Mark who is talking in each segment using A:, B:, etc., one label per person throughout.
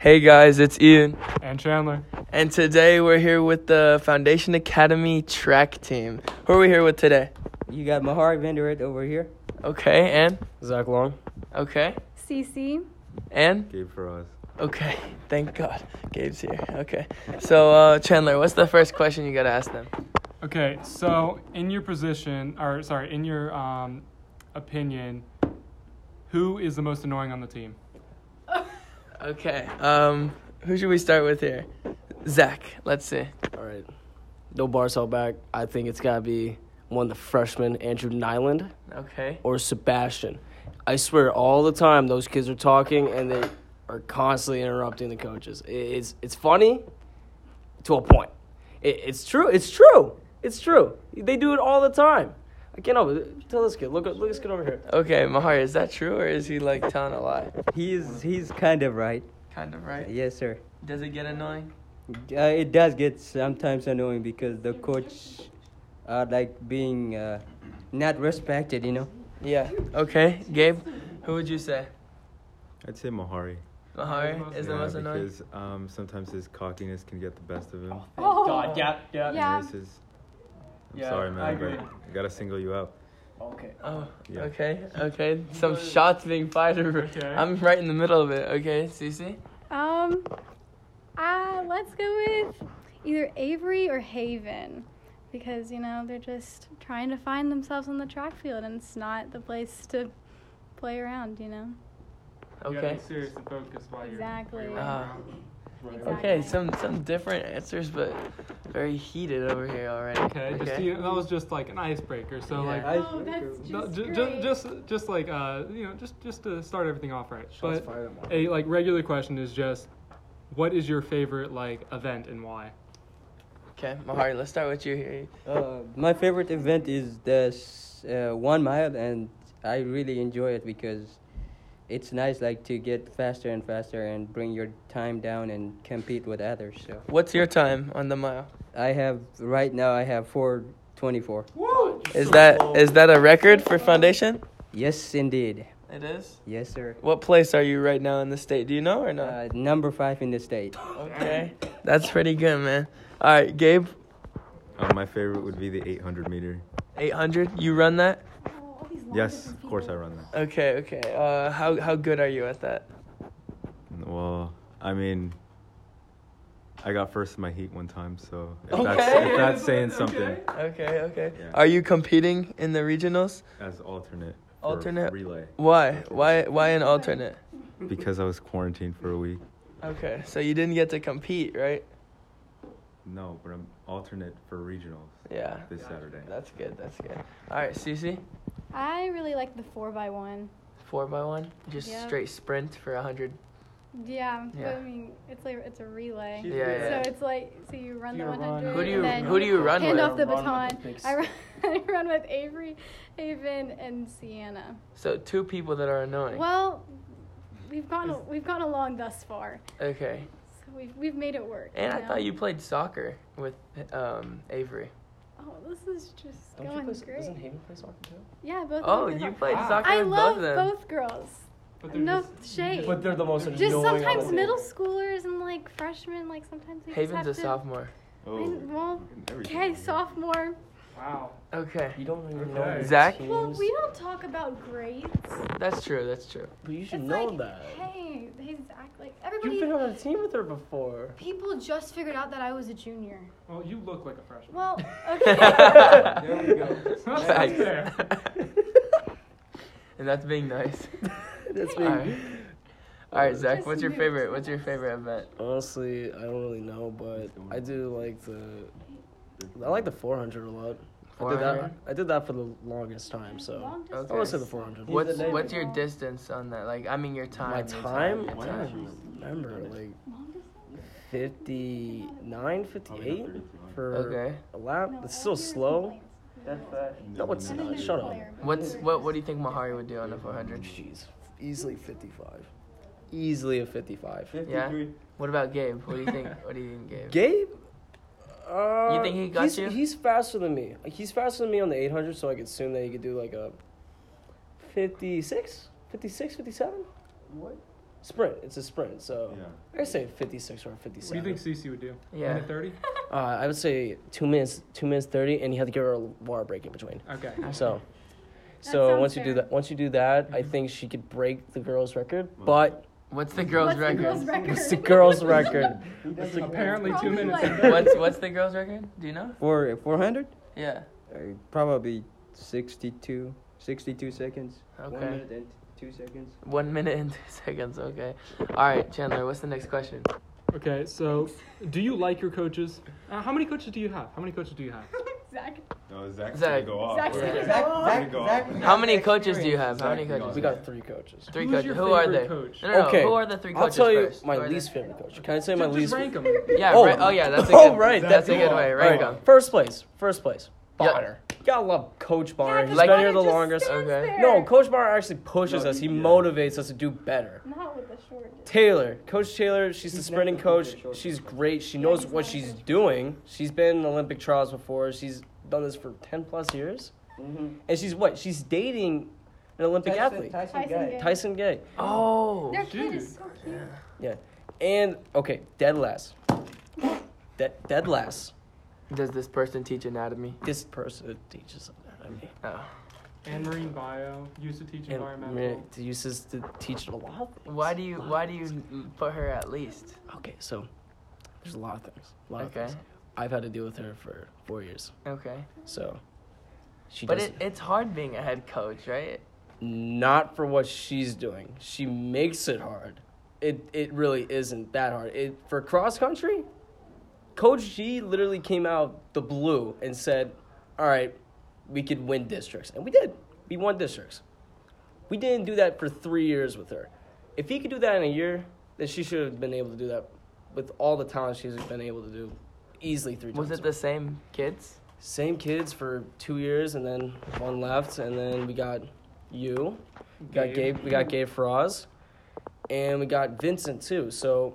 A: Hey guys, it's Ian,
B: And Chandler.
A: and today we're here with the Foundation Academy track team. Who are we here with today?
C: You got Mahari Vanderett over here.
A: Okay, and
C: Zach Long.
A: okay,
D: CC.
A: and
E: Gabe Faraz.
A: okay. Thank God, Gabe's here. Okay, so uh, Chandler, what's the first question you gotta ask them?
B: Okay, so in your position, or sorry, in your um, opinion, who is the most annoying on the team?
A: Okay, um, who should we start with here? Zach. Let's see.
F: All right. No bars held back. I think it's got to be one of the freshmen, Andrew Nyland
A: Okay.
F: or Sebastian. I swear, all the time those kids are talking and they are constantly interrupting the coaches. I- It's, it's funny to a point. It, it's true. It's true. It's true. They do it all the time. I can't help it. Tell this kid. Look, look at this kid over here.
A: Okay, Mahar, is that true or is he like telling a lie?
C: He's he's kind of right.
A: Kind of right.
C: Yes, sir.
A: Does it get annoying?
C: Uh, it does get sometimes annoying because the coach are like being uh, not respected, you know.
A: Yeah. Okay, Gabe, who would you say?
E: I'd say Mahari.
A: Mahar is the
E: Yeah,
A: most annoying.
E: Because um, sometimes his cockiness can get the best of him.
D: Oh.
F: yeah,
E: And
D: Yeah.
E: this is- I'm
F: Yeah,
E: sorry,
F: I
E: man,
F: agree.
E: but I gotta single you out.
F: Okay.
A: Oh,
E: Yeah.
A: okay, okay. Some shots being fired. over-
B: Okay.
A: I'm right in the middle of it. Okay, Cece.
D: Um, uh, let's go with either Avery or Haven because, you know, they're just trying to find themselves on the track field and it's not the place to play around, you know?
B: You gotta
A: Okay.
B: be serious and focused while you're
D: Exactly.
B: While you're
A: Ah.
B: running around.
A: Okay. Some some different answers, but very heated over here already.
B: Okay, just you, that was just like an icebreaker.
A: Yeah.
B: So like,
C: Oh,
D: that's
B: no, ju- ju- just just like uh, you know, just just to start everything off right. but a like regular question is just, what is your favorite like event and why?
A: Okay, Mahar, let's start with you here.
C: Uh, my favorite event is the s- uh, one mile, and I really enjoy it because it's nice like to get faster and faster and bring your time down and compete with others. So
A: What's your time on the mile?
C: I have right now I have four twenty-four.
A: Is that is that a record for foundation?
C: Yes, indeed.
A: It is.
C: Yes, sir.
A: What place are you right now in the state? Do you know or not?
C: Uh, number five in the state.
A: Okay. That's pretty good, man. All right, Gabe,
E: Uh, my favorite would be the 800 meter.
A: 800, you run that?
E: Yes, of course I run that.
A: Okay, okay. Uh, how, how good are you at that?
E: Well, I mean, I got first in my heat one time, so if,
A: Okay.
E: that's, if that's saying something,
A: Okay, okay.
E: Yeah.
A: Are you competing in the regionals?
E: as alternate. for
A: Alternate.
E: relay
A: Why? Why why an alternate?
E: because I was quarantined for a week.
A: Okay, so you didn't get to compete, right?
E: No, but I'm alternate for regionals
A: Yeah.
E: this Saturday.
A: That's good, that's good. All right, Cece,
D: I really like the 4x1.
A: four by one, just
D: Yeah.
A: straight sprint for 100.
D: Yeah, but
A: Yeah.
D: I mean, it's like it's a relay.
A: Yeah, yeah.
D: So it's like, so you run
B: You
D: the
B: run.
D: 100.
A: Who do you-
D: and then
A: who do you run
D: hand
A: with?
D: off the
F: Run with
D: baton.
F: the big
D: I run, I run with Avery, Haven, and Sienna.
A: So two people that are annoying.
D: Well, we've gone we've gone along thus far,
A: Okay.
D: so we've we've made it work.
A: And I
D: know?
A: thought you played soccer with um, Avery.
D: Oh, this is just
F: Don't
D: going
F: you play,
D: great.
F: doesn't Haven play soccer too?
D: Yeah, both. of
A: Oh,
D: them
A: you
D: are-
A: played
B: Ah.
A: soccer
D: I
A: with both
D: love
A: of them.
D: both girls.
B: But they're
D: No
B: just-
D: shade.
F: But they're the most annoying.
D: Just
F: on the
D: sometimes
F: team.
D: middle schoolers and like freshmen, like sometimes they
A: Haven's a
D: just have to.
A: sophomore.
E: Oh,
D: I- well,
E: everything.
D: Okay, sophomore.
B: Wow.
A: Okay,
F: You don't even
B: Okay.
F: know these
A: Zach?
F: teams.
D: Well, we don't talk about grades.
A: that's true. That's true.
F: But you should
D: It's
F: know
D: like,
F: that.
D: hey, hey, Zach, like
F: You've been
D: everybody.
F: on a team with her before.
D: People just figured out that I was a junior.
B: Well, you look like a freshman.
D: Well, okay.
A: there
F: we go.
B: That's fair.
A: and that's being nice.
F: That's
A: All
F: me.
A: right. All right, Zach.
D: Just
A: What's your
D: move
A: favorite?
D: to
A: What's your favorite event?
F: Honestly, I don't really know, but I do like the. I like the 400 a lot. I did that.
A: 400?
F: I did that for the longest time, so
D: Long distance.
F: I want to say the 400.
A: What's
C: neighbor.
A: What's your distance on that? Like, I mean, your time.
F: my
A: your
F: time?
A: Your
F: I
A: time.
F: don't remember like
D: Long distance?
F: 59, 58 for
A: Okay.
F: a lap.
D: No,
F: It's
D: I
F: still
D: hear
F: slow.
D: complaints.
F: No, it's
D: And then
F: not.
D: there's
F: Shut up.
D: player, but
A: What's
D: there's-
A: what? What do you think Mahari would do on a 400?
F: Jeez, easily 55. Easily a 55.
A: Yeah. What about Gabe? What do you think? What do you think, Gabe?
F: Gabe? Uh,
A: You think he got
F: he's,
A: you?
F: He's faster than me. Like, He's faster than me on the 800, so I could assume that he could do like a 56, 56, 57? What? sprint. It's a sprint. So
E: Yeah.
F: I would say 56 or 57.
B: What do you think CC would do?
A: Yeah.
B: Minute 30?
F: Uh, I would say two minutes, two minutes 30, and you have to give her a water break in between.
B: Okay.
D: That
F: So, so
D: sounds
F: once you do
D: fair.
F: that, once you do that, I
B: Mhm.
F: think she could break the girls' record.
E: Wow.
F: But
A: What's the girls'
D: What's
A: record?
D: The girls record?
F: it's the girls' record.
B: Apparently two
D: Probably
B: minutes.
D: like-
A: what's what's the girls' record? Do you know?
C: For 400?
A: Yeah.
C: Uh, probably 62, 62 seconds. One
A: Okay.
C: minute and two seconds.
A: One minute and two seconds. Okay. All right, Chandler. What's the next question?
B: Okay, so do you like your coaches? Uh, how many coaches do you have? How many coaches do you have?
D: Zach.
E: No, Zach's
A: Zach.
E: gonna go off.
D: Zach's
E: right?
D: gonna
E: Zach's
D: go off.
E: gonna go off.
A: How many coaches do you have? How many
E: Exactly.
A: coaches?
F: We got three coaches.
A: Three
B: Who's
A: coaches.
B: your
A: Who are
B: favorite
A: they?
B: coach?
A: No, no, no,
F: Okay.
A: Who are the three coaches
F: I'll tell you
A: first?
F: my
A: Who are they?
F: least favorite coach. Can I say my
B: Just
F: least?
B: rank 'em.
A: Yeah.
F: Oh.
A: Right. Oh yeah. That's a
F: Oh,
A: good.
F: right,
A: That's a
E: that's
A: good
E: all.
A: way.
E: All
A: Rank
F: All right,
A: them.
F: First place. First place.
A: Yeah.
F: Bonner. Gotta love Coach Bonner.
D: Yeah,
F: He's
A: Like-
F: been here the
D: Bonner just
F: longest.
D: stands
A: Okay.
D: there.
F: No, Coach Bonner actually pushes
E: No,
F: us. He
E: he- yeah.
F: motivates us to do better.
D: Not with the short.
F: Taylor, Coach Taylor, she's the
C: He's
F: sprinting
C: never been
F: coach.
C: a short
F: She's great. She knows
D: he's
F: what
D: not a
F: she's
D: coach.
F: doing. She's been in Olympic trials before. She's done this for 10 plus years.
C: Mm-hmm.
F: And she's what? She's dating an Olympic athlete,
D: Tyson Gay.
F: Tyson Gay.
A: Oh.
D: Their kid
B: dude.
D: is so cute.
F: And, okay, dead last. De- dead last.
A: Does this person teach anatomy?
F: This person teaches anatomy.
A: Oh.
B: And marine bio, used to teach
F: And
B: environmental.
F: man, uses to teach a lot of things.
A: Why do you Why do you put her at least?
F: Okay, so there's a lot of things. A lot
A: Okay.
F: of things. I've had to deal with her for four years.
A: Okay.
F: So she
A: But
F: does
A: it, it's hard being a head coach, right?
F: not for what she's doing. She makes it hard. It it really isn't that hard. It for cross country, Coach G literally came out the blue and said, "All right, we could win districts," and we did. We won districts. We didn't do that for three years with her. If he could do that in a year, then she should have been able to do that with all the talent she's been able to do easily three times.
A: Was it the same kids?
F: Same kids for two years, and then one left, and then we got you, we got
B: Gabe.
F: Gabe, we got Gabe Froz, and we got Vincent too. So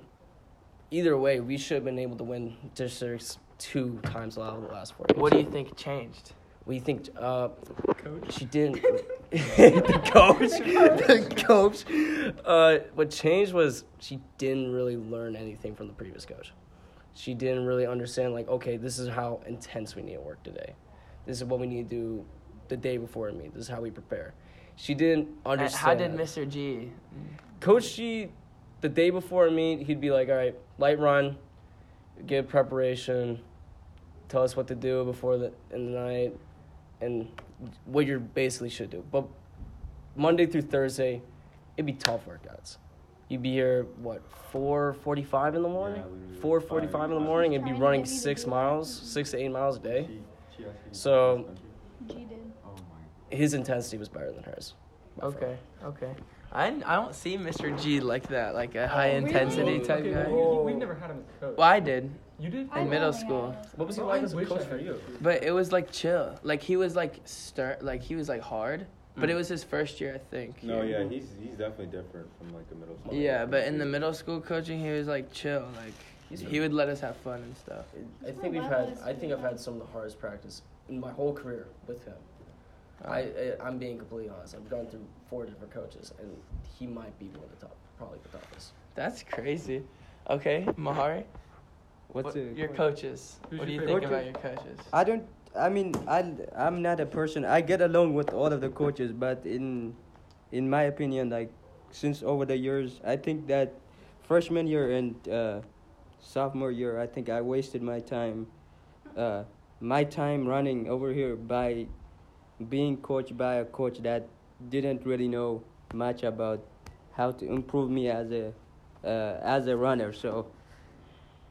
F: either way, we should have been able to win districts two times out of the last four years.
A: What do you think changed?
F: We think uh,
B: Coach?
F: she didn't. the coach, the coach. Uh, what changed was she didn't really learn anything from the previous coach. She didn't really understand like, okay, this is how intense we need to work today. This is what we need to do the day before a meet. This is how we prepare. She didn't
A: Uh,
F: understand.
A: How did
F: that.
A: Mr. G?
F: Coach G, the day before a meet, he'd be like, all right, light run, give preparation, tell us what to do before the in the night, and what you basically should do. But Monday through Thursday, it'd be tough workouts. You'd be here what four forty five in the morning,
E: literally
F: four forty five in the
E: five.
F: morning, and be
D: Trying to
F: running
D: get you to
F: six
D: do it.
F: miles, six to eight miles a day.
E: She- she actually-
F: So-
D: G did.
E: Oh my.
F: His intensity was better than hers. by far.
A: Okay, okay. Oh, I, I don't see Mr. G like that, like a high
D: really?
A: intensity type
B: okay,
A: guy.
B: well, you- you- we've never had him as a coach.
A: Well, I did
B: You did?
D: I
A: in middle
D: love my
A: school,
D: dad.
F: What was he
B: Oh,
F: like
B: I
F: as a
B: wish I
F: coach?
B: had you.
A: but it was like chill. Like he was like stern, like he was like hard.
F: Mm.
A: But it was his first year, I think.
E: No, yeah, he's he's definitely different from like a middle school.
A: Yeah, but in the middle school coaching, he was like chill. Like
F: He's
A: he would let us have fun and stuff.
F: I think we've had. I think I've had some of the hardest practice in my whole career with him. I,
C: Um,
F: I I'm being completely honest. I've gone through four different coaches, and he might be one of the top, probably the toughest.
A: That's crazy. Okay, Mahari,
C: What's
A: what,
C: a-
A: your coaches?
B: Who's
A: what do you
B: your
A: think about
C: favorite?
A: your coaches?
C: I don't. I mean, I I'm not a person. I get along with all of the coaches, but in in my opinion, like since over the years, I think that freshman year and uh, sophomore year, I think I wasted my time, uh, my time running over here by being coached by a coach that didn't really know much about how to improve me as a uh, as a runner. So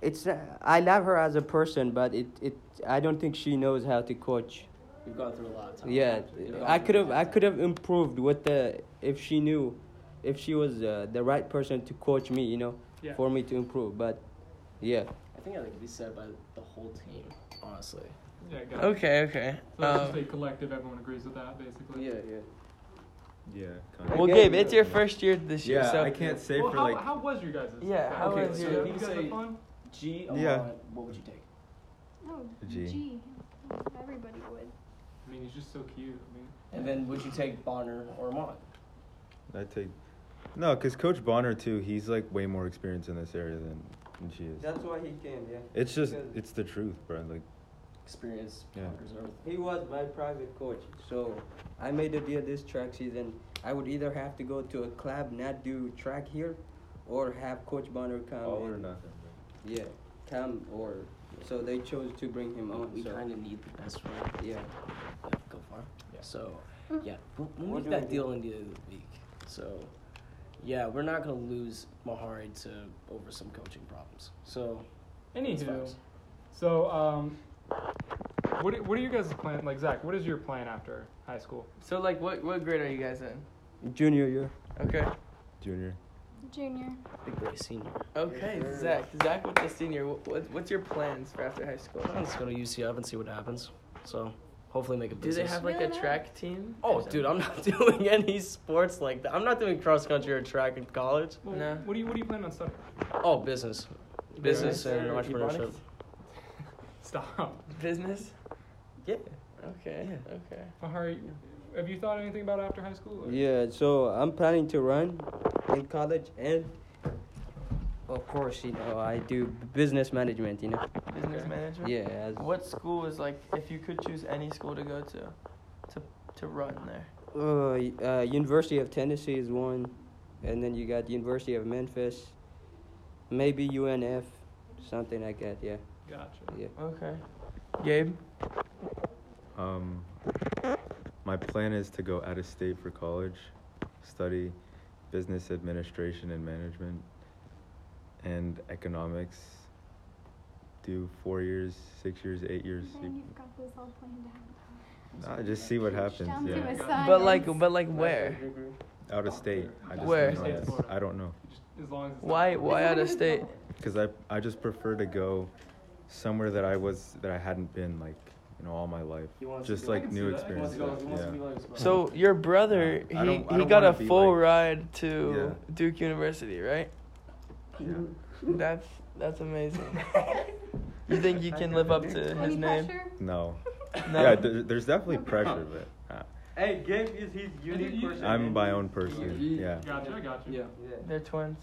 C: it's uh, I love her as a person, but it, it I don't think she knows how to coach.
F: We've gone through a lot of time.
C: Yeah,
F: We've gone
C: I
F: through
C: could have
F: a
C: I
F: lot of
C: could have improved with the if she knew, if she was uh, the right person to coach me, you know,
B: Yeah.
C: for me to improve. But yeah,
F: time. I think that could be said by the whole team, honestly.
B: Yeah, got it.
A: Okay, okay.
B: So it's
A: Um,
B: just a collective, everyone agrees with that, basically.
F: Oh, yeah.
E: Yeah. Kind of.
A: Well,
C: Okay.
A: Gabe, it's your first year this year,
E: yeah,
A: so
E: I can't say
B: Well,
E: for
B: how,
E: like.
B: how was your guys'
A: Yeah, how
B: okay,
A: was
B: so
A: your-
B: you guys
F: say-
B: have fun?
F: G.
E: Yeah.
F: What would you take?
D: No,
E: G.
D: G. Everybody would.
B: I mean, he's just so cute. I mean,
F: And then would you take Bonner or Amon?
E: I take No, because Coach Bonner too, he's like way more experienced in this area than, than she is.
C: That's why he came, yeah.
E: It's just
C: because-
E: it's the truth, bro. Like
F: Experience
E: Yeah.
F: conquers everything.
C: He was my private coach, so I made a deal this track season. I would either have to go to a club, not do track here, or have Coach Bonner come.
E: all or
C: and-
E: nothing. bro.
C: Yeah, come or so they chose to bring him on.
F: We
C: so,
F: kind of need the best one.
C: yeah.
F: Yeah, go far.
E: Yeah.
F: So,
D: Mm.
F: yeah, we'll, we'll
C: What
F: make
C: do we
F: that
C: do?
F: deal in the end of the week. So, yeah, we're not gonna lose Mahari to over some coaching problems. So, it's fine.
B: Anywho, so um, what do- what are you guys plan like, Zach? What is your plan after high school?
A: So like, what what grade are you guys in?
C: Junior year.
A: Okay.
E: Junior.
D: Junior.
F: big boy senior.
A: Okay,
C: Yes, sir.
A: Zach. Zach, with the senior, what, what what's your plans for after high school?
F: Let's go to UCF and see what happens. So, hopefully, make a
A: Do
F: business.
A: they have like a
D: Really not?
A: track team?
F: Oh, dude, I'm not doing any sports like that. I'm not doing cross country or track in college.
B: Well,
A: No.
B: What do you What do you plan on studying?
F: Oh, business,
A: Business
F: business and
A: or
F: entrepreneurship.
A: ebonics?
B: Stop,
A: Business.
F: Yeah.
A: Okay. Okay.
B: Mahari. Have you thought anything about after high school? or-
C: Yeah, so I'm planning to run in college and of course, you know, I do business management, you know.
A: Business
B: Okay.
D: Mm-hmm.
A: management.
C: Yeah, as
A: What school is like if you could choose any school to go to, to to run there?
C: Uh, y- uh, University of Tennessee is one, and then you got University of Memphis, maybe UNF, something like that. Yeah,
B: Gotcha.
C: yeah.
A: Okay. Gabe.
E: Um, my plan is to go out of state for college, study business administration and management, and economics. Do four years, six years, eight years.
D: Man, you've got this all planned out.
E: Nah, just see what happens.
D: Down to a
E: Yeah.
D: science.
A: But like, but like where?
E: Out of state. I just
A: Where?
E: don't know. I don't know.
B: Just as long as it's
A: Why why out of state?
E: because I, I just prefer to go somewhere that I was that I hadn't been like you know all my life. Just
B: go- I
E: like
B: can
E: new
B: see that. He wants
E: experiences.
B: to go- he wants to
E: Yeah.
A: So your brother, he,
E: I don't- I
A: he
E: don't
A: got a
E: wanna be,
A: full
E: like-
A: ride to
E: Yeah.
A: Duke University, right?
E: yeah.
A: That's that's amazing. you think you can live up to his
D: Any
A: name?
D: pressure?
E: No.
A: No.
E: Yeah. There, there's definitely pressure, but uh,
C: Hey, Gabe is his
B: unique You- you- person.
E: I'm my own person.
F: You-
E: Yeah.
B: Gotcha. I gotcha.
F: Yeah.
A: They're twins.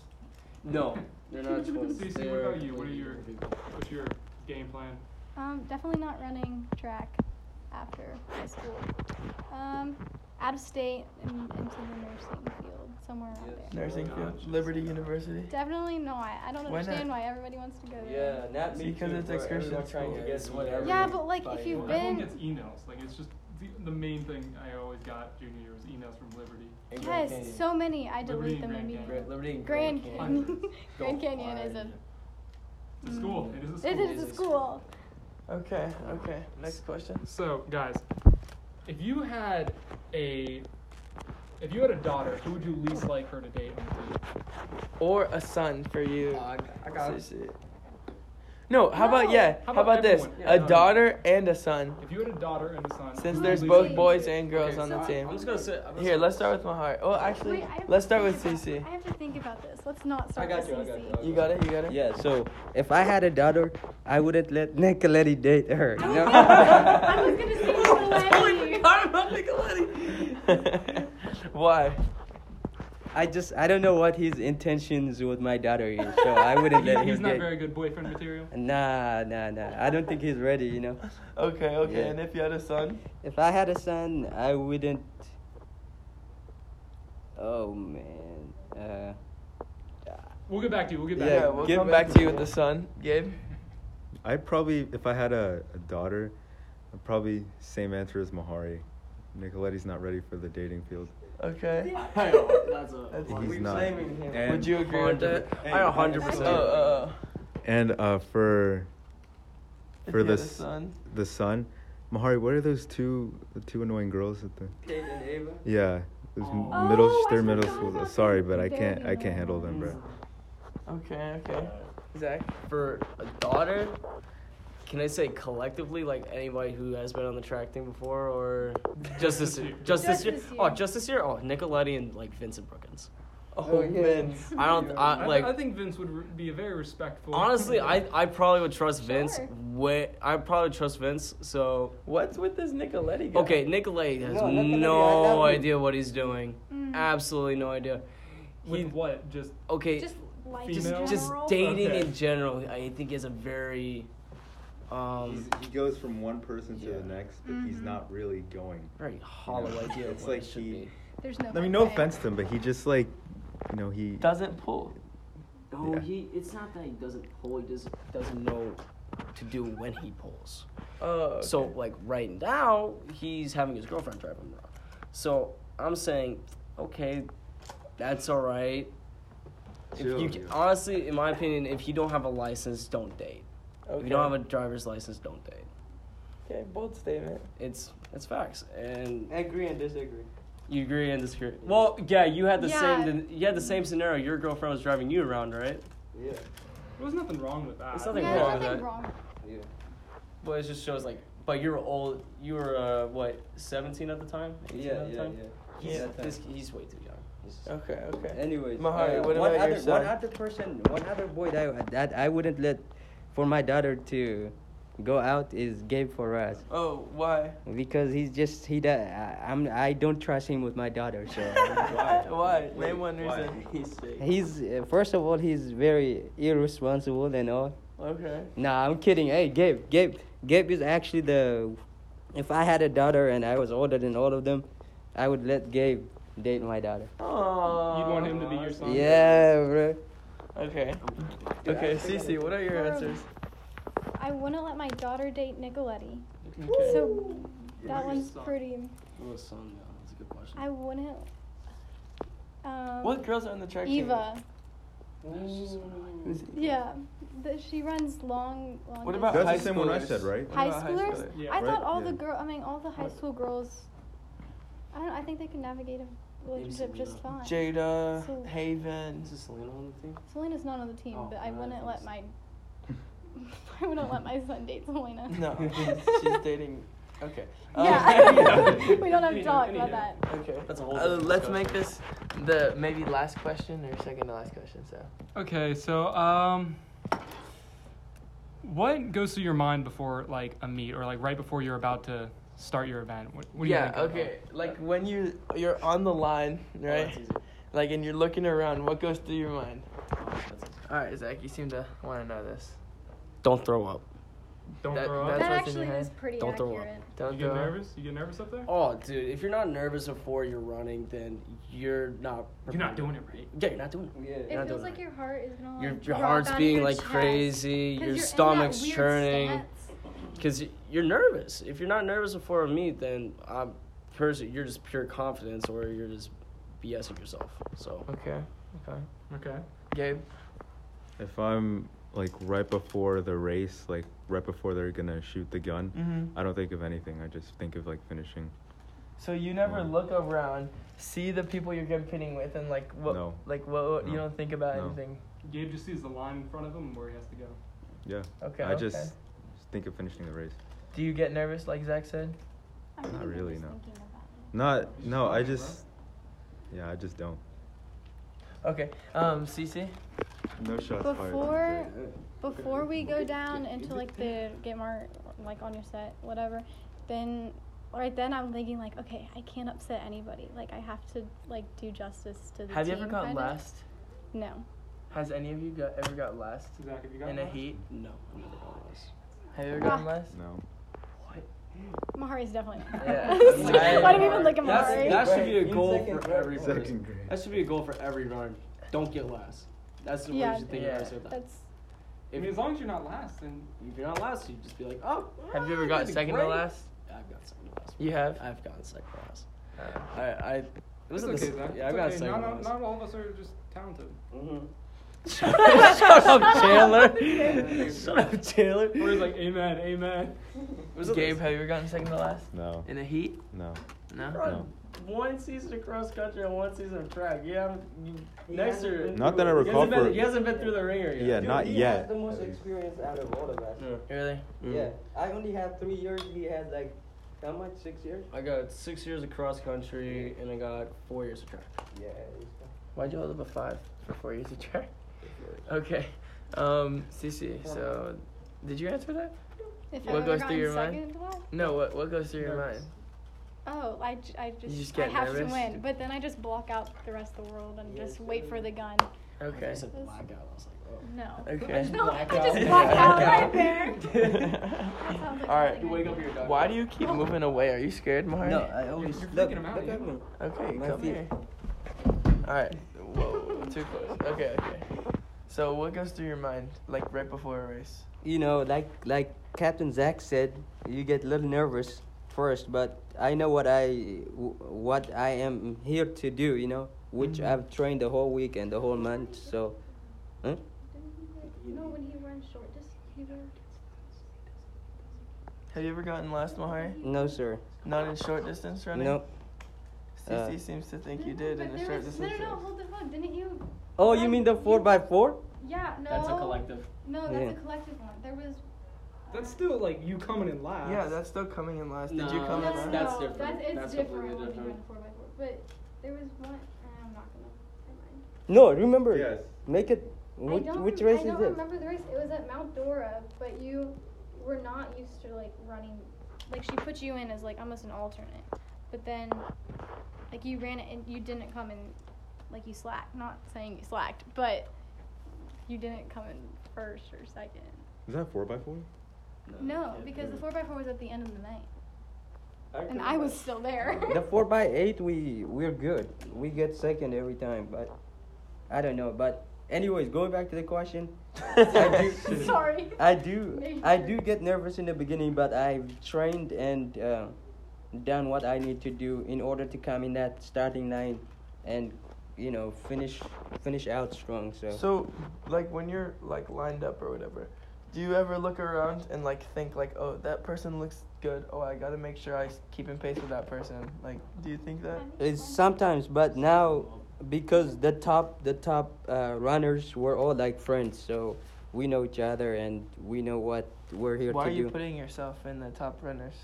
F: No, they're not twins.
B: Cece, what
F: They're-
B: about you? What are your- What's your game plan?
D: Um, definitely not running track after high school. Um, out of state and into the nursing field, somewhere around
C: Yes.
D: there.
A: Nursing field, Liberty University.
D: Definitely not. I
A: Why
D: don't
A: not?
D: understand why everybody wants to go
C: Yeah,
D: there.
C: not me.
A: Because
C: too,
A: it's
C: bro.
A: excursion
C: Everyone's
A: school.
C: trying to get
F: Yes, whatever.
C: whatever.
D: Yeah, but like
F: By
D: if you've
F: Well,
B: Everyone
D: been
B: gets emails. Like it's just the, the main thing I always got junior year was emails from Liberty.
F: And
D: yes,
F: Grand Canyon.
D: so many, I delete
B: Liberty
D: them
B: and Grand
D: immediately.
F: Liberty and
D: Grand
F: Canyon.
D: Canyon. Grand Canyon is a.
B: It's a school. It is a school.
D: It is a school.
A: Okay, okay. Next question.
B: So guys, if you had a if you had a daughter, who would you least like her to date?
A: Or a son for you.
F: I
A: Seriously. No, how about
D: No.
A: yeah?
B: uh, How
A: How about
B: about
A: this?
B: everyone?
A: A
B: Yeah.
A: daughter and a son.
B: If you had a daughter and a son,
A: Since
B: who
A: there's
B: would you
A: both
B: least-
A: boys and girls
B: Okay,
A: on the
B: so-
A: team.
F: I'm just gonna sit. I'm
A: Here, let's start with Mahar. Oh,
D: Wait,
A: actually,
D: I have
A: let's
D: to
A: start
D: think
A: with
D: about-
A: Cece.
D: I have to think about this. Let's not start
C: got
D: with
C: you, I got
D: CC.
C: you, I got
A: You got it. You got it.
C: Yeah, so if I had a daughter, I wouldn't let Nicoletti date her.
D: I
C: You
D: was
C: know?
D: gonna- I was gonna say Nicoletti.
A: Why?
C: I just I don't know what his intentions with my daughter is, so I wouldn't
B: He-
C: let him
B: he's not
C: date.
B: very good boyfriend material.
C: Nah, nah, nah. I don't think he's ready. You know.
A: Okay, okay.
C: Yeah.
A: And if you had a son,
C: If I had a son, I wouldn't. Oh man. Uh,
B: We'll get back to you. We'll get back.
C: Yeah,
A: yeah,
B: to you.
A: we'll
C: give-
A: come back to you with the son, Gabe.
E: I probably if I had a, a daughter, I'd probably same answer as Mahari. Nicoletti's not ready for the dating field.
A: Okay.
F: That's
A: That's-
F: a.
A: Why are
E: He's
A: we
E: not.
C: blaming him?
E: And,
A: Would you agree with that?
F: I 100%.
A: Oh, oh, oh.
E: And uh, for
A: If
E: For
A: you had a
E: the s-
A: son.
E: the son, Mahari, what are those two the two annoying girls at the? Yeah, those m-
B: Oh,
E: middle
D: I
E: they're middle
D: forgot
E: school.
D: about
E: Sorry,
D: them.
E: but I
D: They're
E: can't I
D: the
E: can't handle them, bro.
D: ones.
A: Okay, okay. Zach.
F: For a daughter, can I say collectively, like anybody who has been on the track thing before, or just this, year? just this
D: Just
F: year?
D: this
F: Oh,
D: year.
F: just this year. Oh, Nicoletti and like Vincent Brookins.
A: Oh,
C: Oh, yeah.
A: Vince.
F: I don't.
B: I,
F: I,
B: th-
F: like
B: I think Vince would re- be a very respectful.
F: honestly, I I probably would trust Vince.
D: Sure.
F: Way I probably trust Vince. So
A: What's with this Nicoletti guy?
F: okay, Nicoletti has
C: No,
F: no,
C: Nicoletti, I love him.
F: idea what he's doing.
D: Mm.
F: Absolutely no idea.
B: With
F: He-
B: what? Just
F: okay,
G: Just life
F: just,
B: Female?
G: in
F: just
G: general.
F: dating
B: Okay.
F: in general. I think is a very, um,
E: He's- he goes from one person to
F: Yeah.
E: the next, but he's
D: Mhm.
E: not really going.
F: very hollow
E: Yeah.
F: idea.
E: It's
F: It's like
E: like
F: it should
E: he-
F: be.
D: There's no.
E: I mean, no offense to him, but he just like, you know, he.
A: Doesn't pull.
F: No,
E: Yeah.
F: he. It's not that he doesn't pull. He just doesn't know to do when he pulls.
A: Oh.
F: So like right now, he's having his girlfriend drive him around. So I'm saying, okay, that's all right. If
E: Chill,
F: you c
E: dude.
F: honestly, in my opinion, if you don't have a license, don't date.
A: okay.
F: If you don't have a driver's license, don't date.
A: okay, bold statement.
F: It's it's facts, and
C: Agree and disagree.
F: you agree and disagree. Well, yeah, you had the
D: Yeah.
F: same you had the same scenario. Your girlfriend was driving you around, right?
C: Yeah.
B: there was nothing wrong with that.
F: There's
D: Yeah,
F: nothing
D: there's
F: wrong with
D: nothing
F: that.
D: wrong.
C: Yeah.
F: Well, it just shows like, but you were old. You were uh, what, 17 at the time? 18
C: Yeah,
F: at the
C: yeah,
F: time?
C: yeah.
F: He's,
C: Yeah.
F: this, he's way too young. He's,
A: Okay, okay.
C: Anyways, uh,
A: Mahari, what
C: one
A: about
C: other,
A: yourself?
C: One other person, one other boy that, that I wouldn't let for my daughter to go out is Gabe Forrest
A: Oh, why?
C: because he's just he. da- I, I'm I don't trust him with my daughter. So
E: Why?
A: Why?
E: Wait,
A: Name one
E: why?
A: reason.
F: he's sick.
C: he's uh, first of all he's very irresponsible and all.
A: Okay.
C: Nah, I'm kidding. Hey, Gabe, Gabe, Gabe is actually the. If I had a daughter and I was older than all of them, I would let Gabe date my daughter.
A: Aww.
B: You'd want him to be your son.
C: Yeah, bro.
A: Okay. Okay, Cece, what are your
D: Um,
A: answers?
D: I wouldn't let my daughter date Nicoletti.
A: Okay.
D: So
B: You're
D: that one's
B: son.
D: pretty.
F: Little son, yeah, that's a good question.
D: I wouldn't. Um,
A: What girls are on the track team?
D: Eva.
A: Who's-
D: Yeah, the, she runs long, long.
A: What about
E: That's
A: high
E: the same one I
A: schoolers?
E: said, right?
A: What
D: High
A: about
D: schoolers?
A: schooler?
B: Yeah.
D: I
E: Right?
D: thought all
E: Yeah.
D: the girl, I mean, all the high
A: What?
D: school girls. I don't know. I think they can navigate a relationship just
F: Selena.
D: fine.
A: Jada,
D: So-
A: Haven.
F: Is this Selena on the team?
D: Selena's not on the team,
F: Oh,
D: but I
F: no, I
D: wouldn't
F: think
D: let
F: so.
D: my. I wouldn't let my son date Selena.
A: No, she's, she's dating. Okay.
D: Yeah,
A: Um,
D: we don't have
B: Anywho,
D: to talk about
B: anywho.
D: that.
A: okay.
F: That's a whole
A: Uh,
F: different
A: let's
F: discussion.
A: make this the maybe last question or second to last question. So
B: Okay, so um, what goes through your mind before like a meet or like right before you're about to start your event? What, what do
A: yeah,
B: you think
A: okay. Like when you you're on the line,
F: Oh,
A: right?
F: that's easy.
A: like and you're looking around, what goes through your mind?
F: Oh, that's easy.
A: All right, Zach, you seem to want to know this.
F: Don't throw up.
B: Don't
A: That-
B: throw
A: that's
B: up.
A: what's
D: That
A: in
D: actually
A: your
D: is
A: head.
D: pretty
F: Don't throw up.
D: accurate.
A: Don't
B: You get
A: throw up.
B: nervous? You get nervous up there?
F: Oh, dude, if you're not nervous before you're running, then you're not.
B: You're not
F: prepared.
B: doing it right.
F: Yeah, you're not doing it.
C: Yeah.
D: It
F: not
D: feels
F: doing
D: like
F: it.
D: your heart is gonna. Like,
F: Your, your
D: drop
F: heart's
D: out of
F: being
D: your
F: like
D: chest.
F: crazy.
D: 'Cause
F: Your
D: you're in that
F: stomach's
D: weird
F: churning.
D: stance.
F: Because you're nervous. If you're not nervous before a meet, then I'm person. You're just pure confidence, or you're just BSing yourself. So
A: Okay. Okay.
B: Okay.
A: Gabe.
E: If I'm like right before the race, like right before they're gonna shoot the gun,
A: Mhm.
E: I don't think of anything. I just think of like finishing.
A: So you never
E: Mm.
A: look around, see the people you're competing with, and like what,
E: No.
A: like what, what you
E: No.
A: don't think about
E: No.
A: anything.
B: Gabe just sees the line in front of him where he has to go.
E: Yeah.
A: Okay.
E: I
A: okay.
E: just just think of finishing the race.
A: Do you get nervous, like Zach said?
D: I think I'm
E: really,
D: just
E: no.
D: thinking about it.
E: Not.
B: You
E: No. I
B: just
E: just. Yeah. I just don't.
A: Okay. Um, Cece.
E: No shots
D: Before,
E: fired.
D: before we go down into like the get more like on your set, whatever, then right then I'm thinking like, okay, I can't upset anybody. Like I have to like do justice to the
A: Have you ever
D: team,
A: got
D: kinda.
A: last?
D: No.
A: Has any of you got ever got last
B: Zach, have you got
A: in a
B: one?
A: heat?
F: no, I'm never going to this.
A: Have you ever
D: Ah.
A: gotten last?
E: No.
D: Mahari's definitely not.
A: Yeah.
D: Why do people
A: I-
D: look at
F: That's-
D: Mahari?
F: That should be a
C: In
F: goal
C: second
F: for
C: grade.
F: every person.
E: grade.
F: That should be a goal for every runner. Don't get last. That's the way
D: Yeah.
F: you should think
A: Yeah.
F: about yourself.
D: That's
B: I
F: If,
B: mean,
F: you,
B: as long as you're not last, then
F: if you're not last, you just be like, oh.
A: Have you ever
F: I
A: got
F: did
A: second
F: great.
A: to last?
F: I've got second to last.
A: You have.
F: I've gotten second to last.
A: Uh,
F: I, I, it was
B: it's
F: at
B: okay,
F: the s-
B: Zach.
F: Yeah, I've
B: It's
F: got
B: okay.
F: second
B: Not,
F: to
B: not,
F: last.
B: not all of us are just talented.
F: Mm-hmm.
A: Shut up, Oh, Chandler.
F: Shut up, Taylor.
B: Or he's like, amen, amen.
F: Was it
A: Gabe,
F: this-
A: have you ever gotten second to last
E: No.
A: in a heat?
E: No.
A: No.
F: Run
E: No.
F: one season of cross country and one season of track. You haven't. You, next year.
E: Not that I
F: he hasn't
E: recall
F: been-
E: for-
F: He hasn't been through the ringer yet.
E: Yeah. Not
C: he
E: yet.
C: has the most experience out of all of us.
F: Yeah.
A: Really?
C: Yeah, I only have three years. He has like, how much? Six years?
F: I got six years of cross country and I got four years of track.
C: Yeah.
A: Why'd you hold up a five for four years of track? Okay. Um, Cece, so did you answer that?
D: if
A: What
D: I've ever
A: goes through
D: gotten
A: your mind?
D: second to that.
A: No, what what goes through your mind?
D: Oh, I, j- I just,
A: just
D: I
A: get
D: have
A: nervous?
D: to win, but then I just block out the rest of the world and just wait for the gun.
F: Okay. I
A: Okay.
F: said blackout. I was like, oh.
D: No.
A: Okay.
D: No, I
F: Blackout.
D: just block out right
A: Blackout.
D: there. That sounds like
A: All right.
D: something I
B: Wake
D: do.
B: up your dog.
A: Why do you keep moving away? Are you scared, Mari?
C: No, I always
B: you're
C: look,
B: freaking him out,
C: look
B: you
C: at me.
A: Okay,
C: My
A: come
C: feet.
A: here. All right. Whoa, too close. Okay, okay. So what goes through your mind, like right before a race?
C: You know, like like Captain Zach said, you get a little nervous first, but I know what I w- what I am here to do. You know, which
A: Mhm.
C: I've trained the whole week and the whole month. So, huh?
D: You know when he runs short, does he run?
A: Have you ever gotten last, Mahari?
C: no, sir.
A: Not in short distance running.
C: No.
A: CC
C: Uh,
A: seems to think you did in the short
D: No,
A: distance.
D: no, no,
A: race.
D: hold the phone. Didn't you?
C: Oh, you mean the four by four?
D: Yeah, no. No, that's
C: Yeah.
D: a collective one. There was.
B: That's still like you coming in last.
A: Yeah, that's still coming in last. Did you
G: No,
A: come
D: no,
A: in
D: no,
A: last?
D: no,
G: That's
D: no,
G: different.
D: That's, it's
G: That's
D: different
G: completely
D: when you run
G: different.
D: four by four. But there was one. I'm not gonna. Never mind.
C: No, remember.
E: Yes.
C: Make it.
D: I
C: Which,
D: don't
C: which
D: rem-
C: race
D: I
C: is
D: don't
C: it?
D: remember the race. It was at Mount Dora, but you were not used to like running. Like she put you in as like almost an alternate, but then like you ran it and you didn't come in. Like you slacked. Not saying you slacked, but you didn't come in first or second.
E: Is that four by four?
D: No, because the four by four was at the end of the night, and I was still there.
C: The four by eight, we we're good. We get second every time, but I don't know. But anyways, going back to the question, I do,
D: Sorry.
C: I do, I do get nervous in the beginning, but I've trained and uh, done what I need to do in order to come in that starting line, and you know finish finish out strong. So,
A: So, like when you're like lined up or whatever, do you ever look around and like think like, oh, that person looks good. Oh, I gotta make sure I s- keep in pace with that person. Like, do you think that?
C: it's sometimes, but now because the top the top uh, runners were all like friends, so we know each other and we know what we're here
A: Why
C: to
A: are you
C: do.
A: putting yourself in the top runners?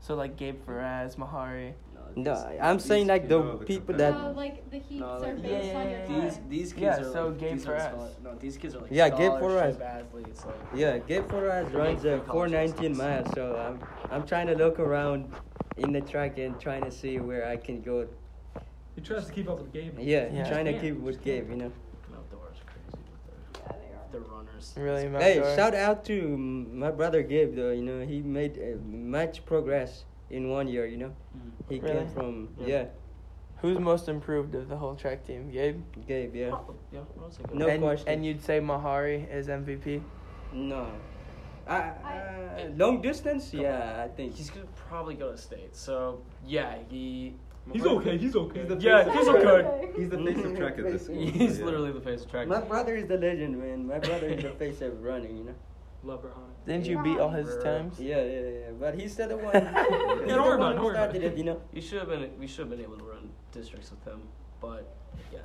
A: So like Gabe Faraz, Mahari.
C: No, I- I'm saying like the people that
D: so like the heats
G: No,
D: are
G: like,
D: based
A: yeah,
D: on
A: yeah,
D: your
A: yeah.
G: These
D: time.
G: these kids
A: Yeah,
G: are
A: so
G: like,
A: gay
G: these
A: for
G: are
A: us.
G: scholar- No, these kids are like
C: Yeah, gay for us.
G: scholarship athletes. Like,
C: yeah, Gabe Forrest runs a 419 miles, so I'm I'm trying to look around in the track and trying to see where I can go.
B: He tries to keep up with the game.
C: Yeah,
A: Yeah.
C: trying to
B: Yeah.
C: keep with Gabe, you know.
G: Outdoors are crazy with
D: Yeah, they are.
G: their, their runners.
A: Really, Mount
C: Hey,
A: Dora?
C: shout out to m- my brother Gabe though. You know, he made uh, much progress in one year. You know,
G: Mm.
C: he
A: Really?
C: came from
G: Yeah.
C: yeah,
A: Who's most improved of the whole track team? Gabe.
C: Gabe. Yeah,
F: Oh.
G: Yeah, I was thinking
C: No
A: and,
C: question.
A: And you'd say Mahari is MVP.
C: no, I, uh, long distance. Yeah, I think.
G: He's gonna probably go to state. So yeah, he
B: He's okay. He's okay.
E: He's the
G: Yeah,
E: face
G: he's
E: of track.
G: okay.
E: He's the face of track at this school.
G: he's
E: yeah.
G: literally the face of track.
C: My brother is the legend, man. My brother is the face of running. You know.
B: Lover on it.
A: Didn't you beat all his
G: Bruh.
A: times?
C: Yeah, yeah, yeah. But he's still the one. he's
B: Yeah, don't
C: the
B: worry about it,
C: one who
B: don't worry about
C: started
B: it.
C: it, you know.
G: You should have been. We should have been able to run districts with him, but yeah,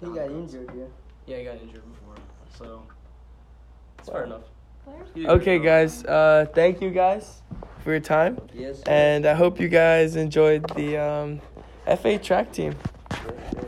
C: He got injured, yeah.
G: yeah, he got injured before, so it's fair enough.
D: Claire?
G: He did a
A: Okay,
G: good job.
A: guys. Uh, thank you guys for your time,
C: Yes.
A: and I hope you guys enjoyed the um, FA track team.
C: yes, yes.